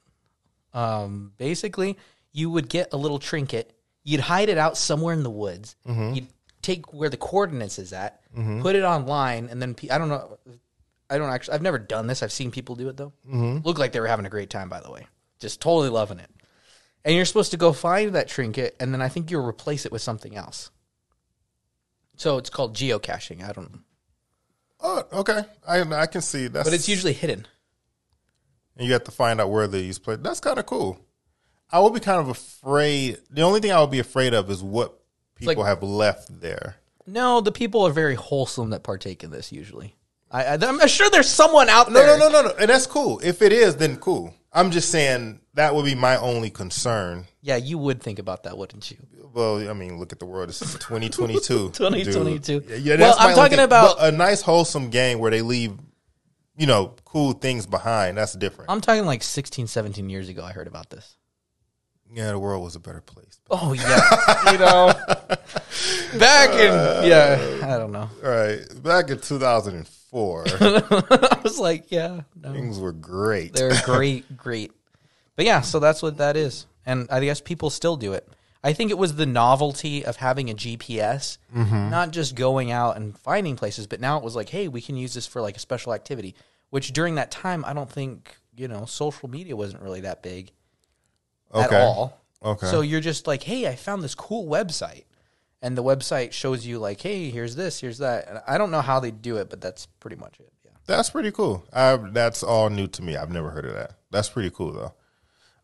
um, basically, you would get a little trinket. You'd hide it out somewhere in the woods. You'd take where the coordinates is at, put it online, and then pe- I don't know. I don't actually. I've never done this. I've seen people do it though. Looked like they were having a great time, by the way. Just totally loving it. And you're supposed to go find that trinket, and then I think you'll replace it with something else. So it's called geocaching. I don't, know.
Oh, okay. I I can see that's
but it's usually hidden.
and you have to find out where these play. That's kind of cool. I would be kind of afraid. The only thing I would be afraid of is what
like-
people have left there.
No, the people are very wholesome that partake in this usually. I, I, I'm sure there's someone out
No,
there.
no, no, no, no. And that's cool. If it is, then cool. I'm just saying that would be my only concern.
Yeah, you would think about that, wouldn't you?
Well, I mean, look at the world. It's 2022.
2022.
dude. Yeah,
Well,
that's my
I'm
only
talking
thing.
about-
But a nice, wholesome game where they leave, you know, cool things behind. That's different.
I'm talking like 16, 17 years ago, I heard about this.
yeah, the world was a better place.
Oh, yeah. you know, back in, yeah, I don't know.
All right. Back in 2004,
I was like, yeah, no.
things were great.
They're great, great. But yeah, so that's what that is. And I guess people still do it. I think it was the novelty of having a GPS,
Mm-hmm.
not just going out and finding places, but now it was like, hey, we can use this for like a special activity, which during that time, I don't think, you know, social media wasn't really that big at
Okay.
all.
Okay.
So you're just like, hey, I found this cool website. And the website shows you, like, hey, here's this, here's that. And I don't know how they do it, but that's pretty much it. Yeah.
That's pretty cool. I, that's all new to me. I've never heard of that. That's pretty cool though.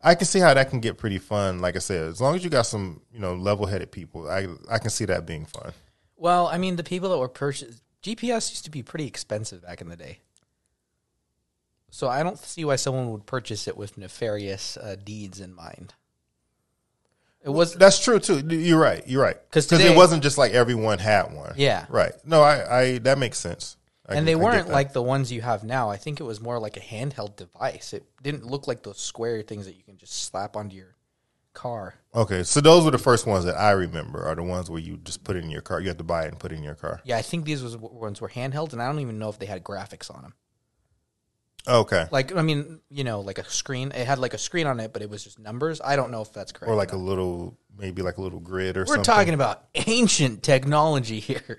I can see how that can get pretty fun. Like I said, as long as you got some, you know, level-headed people, I I can see that being fun.
Well, I mean, the people that were purchased GPS used to be pretty expensive back in the day, so I don't see why someone would purchase it with nefarious uh, deeds in mind. It was
That's true too. You're right. You're right.
'Cause
Because
today-
it wasn't just like everyone had one.
Yeah.
Right. No, I, I that makes sense. I can-
and
I
they
get
weren't
that.
like the ones you have now. I think it was more like a handheld device. It didn't look like those square things that you can just slap onto your car.
okay. So those were the first ones that I remember are the ones where you just put it in your car. You have to buy it and put it in your car.
Yeah, I think these was, ones were handheld, and I don't even know if they had graphics on them.
Okay.
Like, I mean, you know, like a screen. It had like a screen on it, but it was just numbers. I don't know if that's correct.
or like a little maybe like a little grid or
We're
something.
talking about ancient technology here.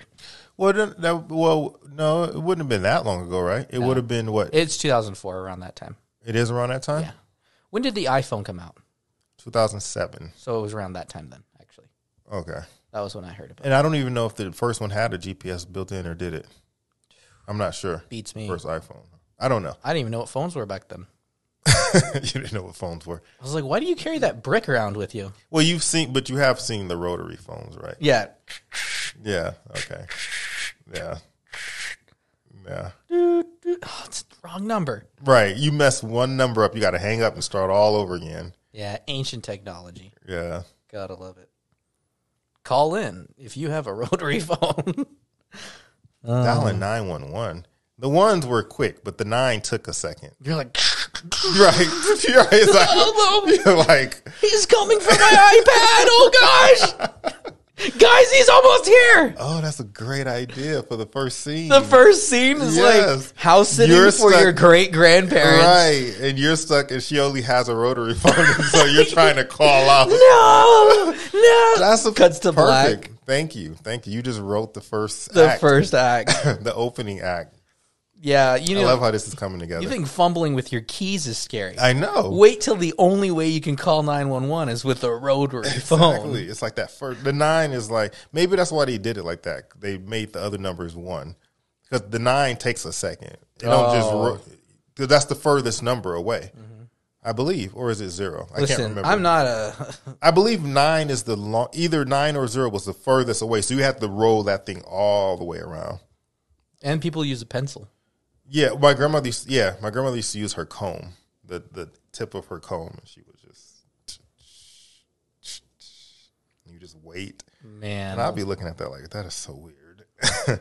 Well, then that, well, no, it wouldn't have been that long ago, right? It would have been what?
It's 2004 around that time.
it is around that time.
Yeah. When did the iPhone come out?
2007.
So it was around that time then, actually.
Okay.
That was when I heard about it.
And I don't even know if the first one had a GPS built in or did it. I'm not sure.
Beats me.
First iPhone. I don't know.
I didn't even know what phones were back then.
you didn't know what phones were.
I was like, why do you carry that brick around with you?
Well, you've seen, but you have seen the rotary phones, right?
Yeah.
Yeah. Okay. Yeah. Yeah.
Oh, it's the wrong number.
Right. You mess one number up, you got to hang up and start all over again.
Yeah, ancient technology.
Yeah.
Gotta love it. Call in if you have a rotary phone. Oh.
Dialing 911. The ones were quick, but the nine took a second.
You're like,
Right. You're right. It's like, you're like,
he's coming for my iPad. Oh, gosh. Guys, he's almost here.
oh, that's a great idea for the first scene.
The first scene is
Yes.
like house sitting
You're
for
stuck-
your great grandparents.
Right. And you're stuck, and she only has a rotary phone, so you're trying to call out.
No, no.
That's a
cuts to
perfect.
black.
Thank you. Thank you. You just wrote the first
The
act,
first act.
the opening act.
Yeah, you know,
I love how this is coming together.
you think fumbling with your keys is scary.
I know.
Wait till the only way you can call 911 is with a rotary
Exactly.
phone.
It's like that first. The nine is like maybe that's why they did it like that. They made the other numbers one because the nine takes a second. You don't just
Oh.
ro- 'cause that's the furthest number away, I believe, or is it zero? I can't
Listen,
remember.
I'm not a.
I believe nine is the long. Either nine or zero was the furthest away, so you have to roll that thing all the way around.
And people use a pencil.
Yeah, my grandmother. Used, yeah, my grandmother used to use her comb, the the tip of her comb, and she would just. You just wait.
Man,
And I'll be
Um,
looking at that like that is so weird. In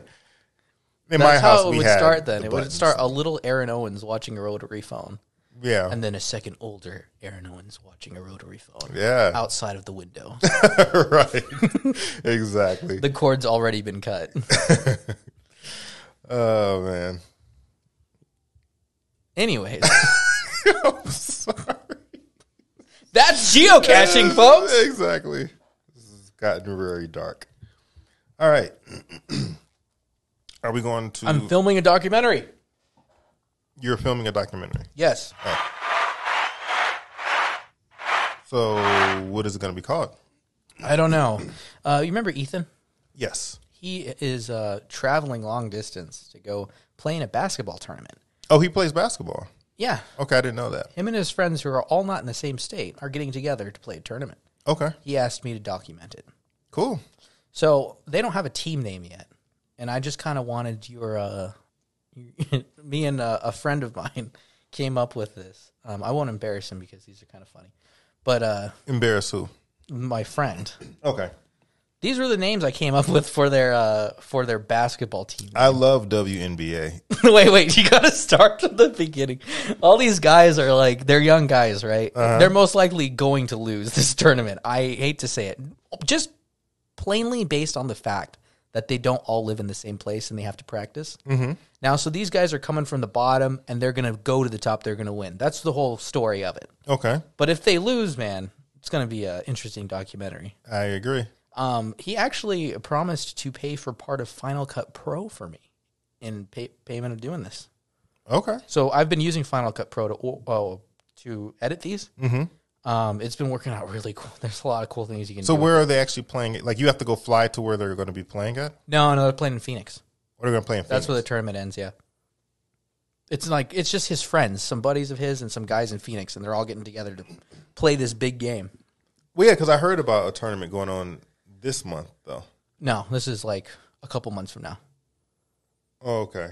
that's
my house,
how it
we
would
had
start. Then
the
it would
buttons.
start a little Aaron Owens watching a rotary phone,
Yeah,
and then a second older Aaron Owens watching a rotary phone.
Yeah.
outside of the window.
right, exactly.
the cord's already been cut.
oh man,
Anyways, that's geocaching, folks.
exactly. This has gotten very dark. All right, are we going to?
I'm filming a documentary.
you're filming a documentary,
Yes,
so what is it going to be called?
I don't know. Uh, you remember Ethan?
Yes.
He is uh, traveling long distance to go play in a basketball tournament.
Oh, he plays basketball.
Yeah,
Okay, I didn't know that.
him and his friends, who are all not in the same state, are getting together to play a tournament.
Okay,
He asked me to document it.
cool.
So they don't have a team name yet, and I just kind of wanted your, uh, me and uh, a friend of mine came up with this. Um, I won't embarrass him because these are kind of funny, but uh,
Embarrass who?
my friend.
Okay,
These were the names I came up with for their uh, for their basketball team.
I love WNBA.
wait, wait, you gotta start from the beginning. All these guys are like they're young guys, right? They're most likely going to lose this tournament. I hate to say it. Just plainly based on the fact that they don't all live in the same place and they have to practice. Mm-hmm. Now, so these guys are coming from the bottom and they're gonna go to the top, they're gonna win. That's the whole story of it.
Okay,
But if they lose, man, it's gonna be an interesting documentary.
I agree.
Um, he actually promised to pay for part of Final Cut Pro for me in pay- payment of doing this.
Okay.
So I've been using Final Cut Pro to oh, to edit these. Mm-hmm. Um, it's been working out really cool. There's a lot of cool things you can
So
do.
where are they actually playing it? Like you have to go fly to where they're going to be playing at.
no, no, they're playing in Phoenix.
What are they going to play in?
That's
Phoenix?
where the tournament ends. Yeah, it's like it's just his friends, some buddies of his, and some guys in Phoenix, and they're all getting together to play this big game.
well, yeah, because I heard about a tournament going on this month though.
No, this is like a couple months from now.
Oh, okay.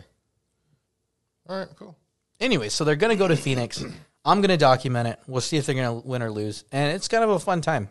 All right, cool.
anyway, so they're gonna go to Phoenix. I'm gonna document it. We'll see if they're gonna win or lose, and it's kind of a fun time.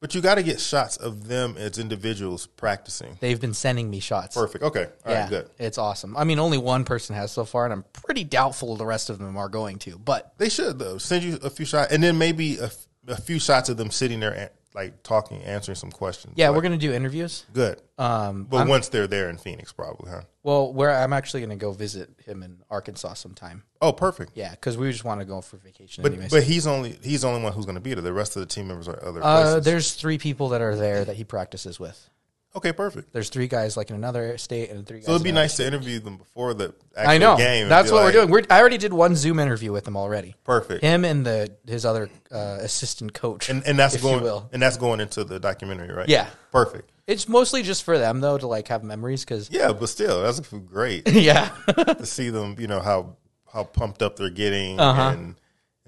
But you got to get shots of them as individuals practicing.
They've been sending me shots.
Perfect. Okay. All right.
yeah,
Good.
it's awesome. I mean, only one person has so far, and I'm pretty doubtful the rest of them are going to. But
They should though send you a few shots, and then maybe a, f- a few shots of them sitting there and like talking, answering some questions.
yeah,
Like,
we're gonna do interviews.
good. Um, but once they're there in Phoenix, probably, huh?
Well, where I'm actually gonna go visit him in Arkansas sometime.
Oh, perfect.
Yeah, because we just want to go for vacation.
But
anyways.
but he's only he's the only one who's going to be there. The rest of the team members are other
uh,
places.
there's three people that are there that he practices with.
Okay, perfect.
There's three guys like in another state and three. guys
So it'd be
in another
nice to interview them before the actual
I know.
game. and
That's
be
what we're
like,
doing. We're, I already did one Zoom interview with him already.
Perfect.
Him and the his other uh, assistant coach.
And and that's
if
going
You will.
and that's going into the documentary, right?
Yeah.
Perfect.
It's mostly just for them though to like have memories because
Yeah, but still, that's great
yeah.
to see them. You know how how pumped up they're getting,
Uh-huh.
and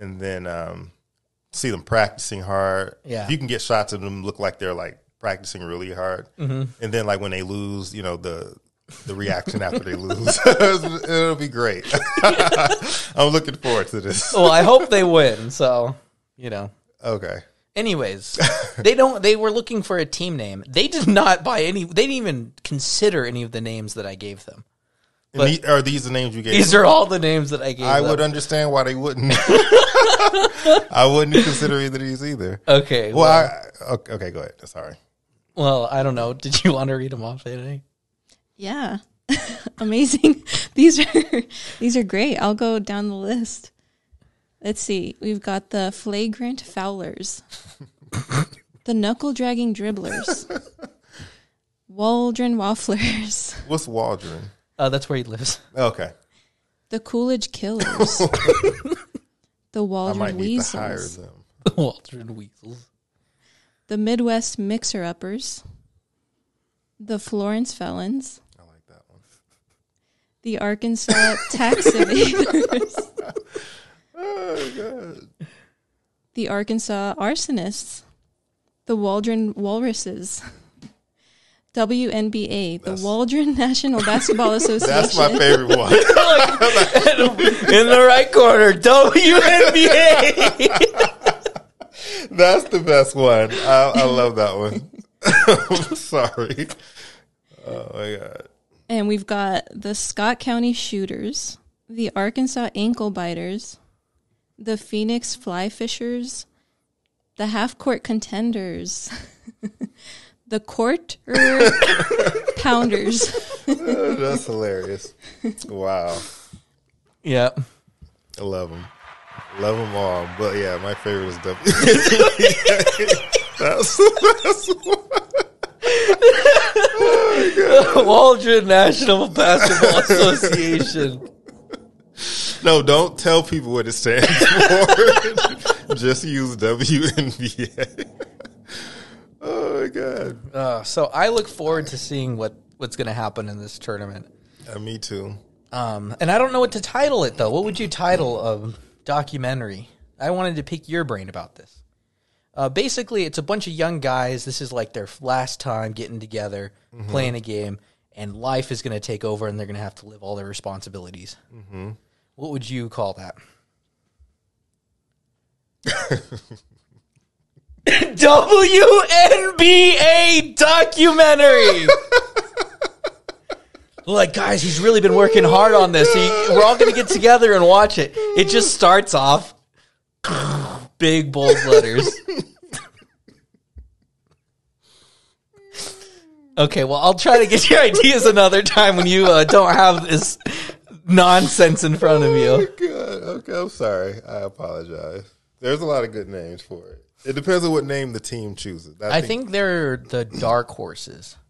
and then um, see them practicing hard.
Yeah.
If you can get shots of them look like they're like practicing really hard,
Mm-hmm.
and then like when they lose, you know the. The reaction after they lose, it'll be great. I'm looking forward to this.
well, I hope they win. So you know.
Okay,
Anyways, they don't. They were looking for a team name. They did not buy any. They didn't even consider any of the names that I gave them.
And the- are these the names you gave?
These are all the names that I gave.
I
them.
would understand why they wouldn't. I wouldn't consider either of these either.
Okay.
Well,
Well,
I, okay, okay, go ahead. Sorry.
well, I don't know. Did you want to read them off, Anthony?
Yeah. Amazing. these are these are great. I'll go down the list. Let's see. We've got the flagrant foulers. the knuckle dragging dribblers. Waldron wafflers.
What's Waldron?
Uh, that's where he lives.
Okay.
The Coolidge Killers. the
I
Waldron
might need to hire
Weasels.
them.
The Walter and Weasels.
The Midwest Mixer Uppers. The Florence Felons.
I like that one.
The Arkansas Tax Evaders.
Oh,
the Arkansas Arsonists. The Waldron Walruses. WNBA, the
That's-
Waldron National Basketball Association.
That's my favorite one.
In the right corner, WNBA.
That's the best one. I, I love that one. I'm sorry. Oh my god.
And we've got the Scott County Shooters, the Arkansas Ankle Biters, the Phoenix Fly Fishers, the Half Court Contenders, the Court er Pounders.
That's hilarious. Wow.
yeah.
I love them. Love them all. But yeah, my favorite is W. that's the best one.
Waldron National Basketball Association.
No, don't tell people what it stands for. Just use WNBA. oh my god.
Uh, so I look forward to seeing what, what's going to happen in this tournament.
Uh, me too.
Um, and I don't know what to title it, though. What would you title a documentary? I wanted to pick your brain about this. Uh, basically, it's a bunch of young guys. This is like their last time getting together, playing a game, and life is going to take over, and they're going to have to live all their responsibilities. What would you call that? WNBA documentary. like, guys, he's really been working hard on this. He, we're all going to get together and watch it. It just starts off big bold letters. Okay, well, I'll try to get your ideas another time when you uh, don't have this nonsense in front of you.
God, okay, I'm sorry. I apologize. There's a lot of good names for it. It depends on what name the team chooses.
I think they're the dark horses.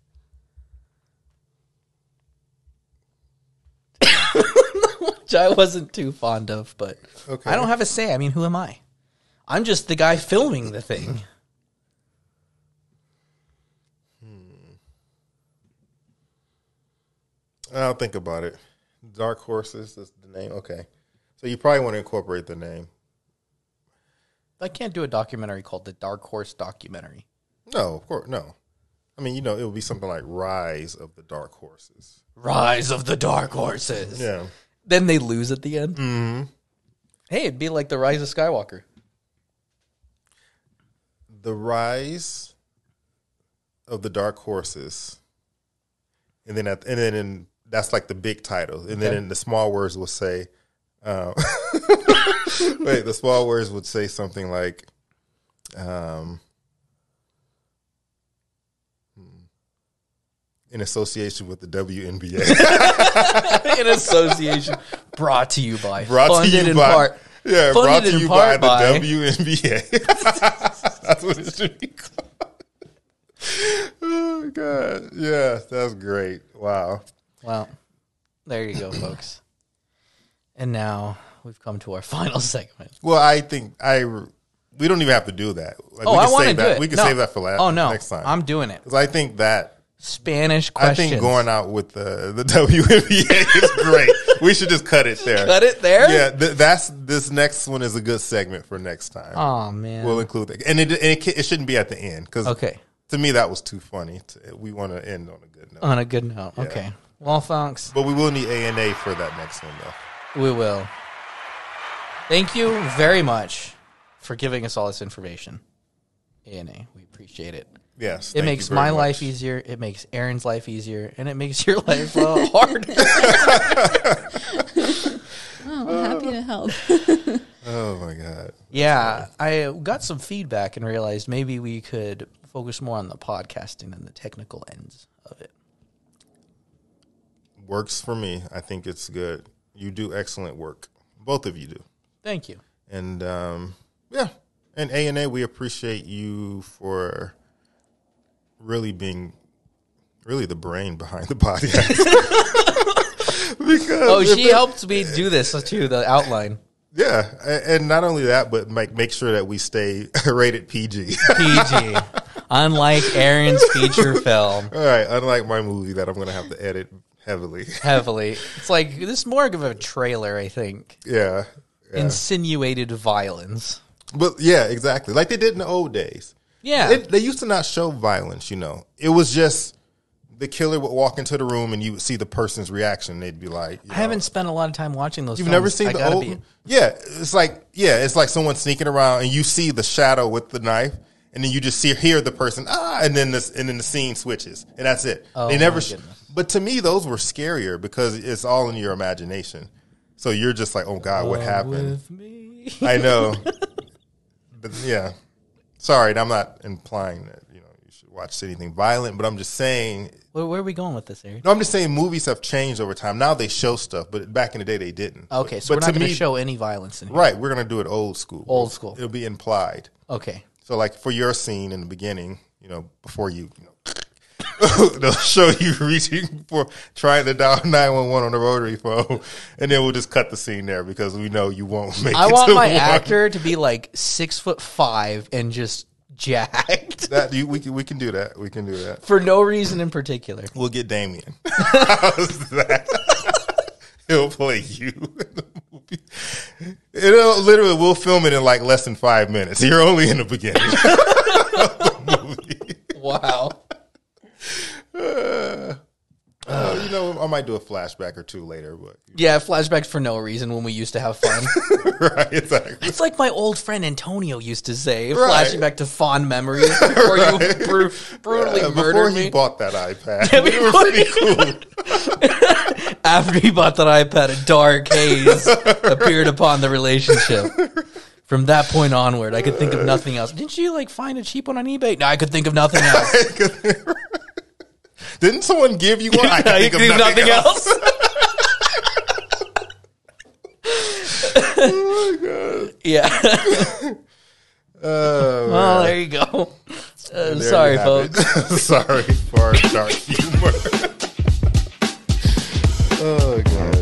Which I wasn't too fond of, but
Okay.
I don't have a say. I mean, who am I? I'm just the guy filming the thing.
I'll think about it. Dark Horses is the name. Okay, so you probably want to incorporate the name.
I can't do a documentary called the Dark Horse Documentary.
No, of course, no. I mean, you know, it would be something like Rise of the Dark Horses.
Rise of the Dark Horses.
Yeah,
Then they lose at the end. Mm-hmm. Hey, it'd be like the Rise of Skywalker.
the Rise of the Dark Horses, and then at, and then in, that's like the big title, and then
Okay.
in the small words will say, um, wait, the small words would say something like, um. hmm, In association with the WNBA.
in association. Brought to you by.
brought
funded
to you
in
by
part.
yeah,
funded
brought to
in
you by,
part by-
the WNBA. that's what it should be called. oh god, yeah, that's great. Wow,
Well, there you go, folks. And now we've come to our final segment.
Well, I think I we don't even have to do that. Like,
Oh,
we
I
can
want to
save
do
that.
it.
We can
No.
save that for last.
Oh no,
next time.
I'm doing it.
'Cause I think that
Spanish
I
questions.
think going out with the the WNBA is great. we should just cut it there.
Cut it there.
Yeah, th- that's this next one is a good segment for next time.
Oh man.
We'll include that, and it and it, ca- it shouldn't be at the end because
okay.
to me that was too funny. To- We want to end on a good note,
On a good note. Okay. Well, folks,
but we will need A and A for that next one though.
we will. Thank you very much for giving us all this information. A and A, we appreciate it.
Yes,
It
thank you
makes
very
my
much.
life easier. It makes Aaron's life easier, and it makes your life uh, harder.
Oh, I'm happy to help.
Oh my god,
Yeah, I got some feedback and realized maybe we could focus more on the podcasting and the technical ends of it.
works for me. I think it's good. You do excellent work, both of you do,
Thank you.
and um, yeah, and A and A, we appreciate you for really being really the brain behind the podcast. because
Oh,
if
she
it-
helped me do this too. The outline.
Yeah, a- and not only that, but make make sure that we stay rated PG.
PG. Unlike Aaron's feature film,
All right, unlike my movie that I'm going to have to edit heavily.
heavily. It's like this is more of a trailer, I think.
Yeah. yeah.
Insinuated violence.
But yeah, exactly. Like they did in the old days.
Yeah.
They, they used to not show violence, you know. It was just the killer would walk into the room and you would see the person's reaction. They'd be like, you
I haven't
know,
spent a lot of time watching those.
You've
films.
never seen
I
the
gotta
old.
be-
Yeah, it's like yeah, it's like someone sneaking around and you see the shadow with the knife, and then you just see hear the person ah, and then this and then the scene switches, and that's it. they
Oh
never.
my
sh-
goodness.
but to me, those were scarier because it's all in your imagination. So you're just like, oh god, what happened?
with me.
I know. but yeah. Sorry, I'm not implying that, you know, you should watch anything violent, but I'm just saying
Where, where are we going with this, Aaron?
no, I'm just saying movies have changed over time. Now they show stuff, but back in the day they didn't.
Okay, so
But
we're
to
not going
me-
to show any violence in here.
Right, we're gonna do it old school.
Old school.
It'll be implied.
Okay.
So like for your scene in the beginning, you know, before you, you know, they'll show you reaching for trying to dial nine one one on the rotary phone, and then we'll just cut the scene there because we know you won't make.
I
it
want
to
my
one.
actor to be like six foot five and just jacked
That you, we can we can do that. We can do that.
for no reason in particular.
We'll get Damien. How's that? He'll play you in the movie. It'll literally we'll film it in like less than five minutes. You're only in the beginning. of the movie.
Wow.
Uh, you know, I might do a flashback or two later, but
Yeah, flashbacks for no reason when we used to have fun.
right, exactly.
it's like my old friend Antonio used to say,
Right.
flashing back to fond memories before you bru- brutally
Uh, before
murdered
he
me.
bought that iPad, we were
before
pretty cool.
After he bought that iPad, a dark haze appeared upon the relationship. From that point onward, I could think of nothing else. Didn't you like find a cheap one on eBay? No, I could think of nothing else.
Didn't someone give you one? I can
I
think
could
of
think of
nothing,
nothing
else.
else.
Oh
Yeah.
Uh,
Well, there you go. Uh,
there
sorry,
you have
folks.
it. sorry for our dark humor. oh god.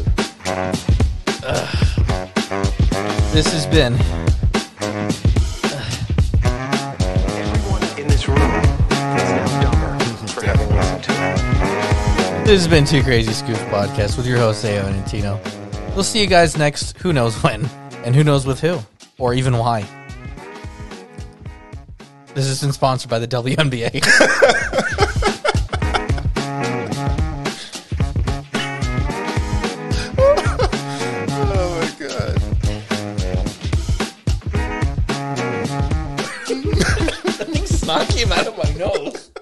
This has been
Everyone in this room is now dumber for having listened to it.
this has been Two Crazy Scoops podcast with your hosts Ao and Tino. We'll see you guys next. Who knows when, and who knows with who, or even why. This has been sponsored by the WNBA.
Oh my god.
Snot came out of my nose.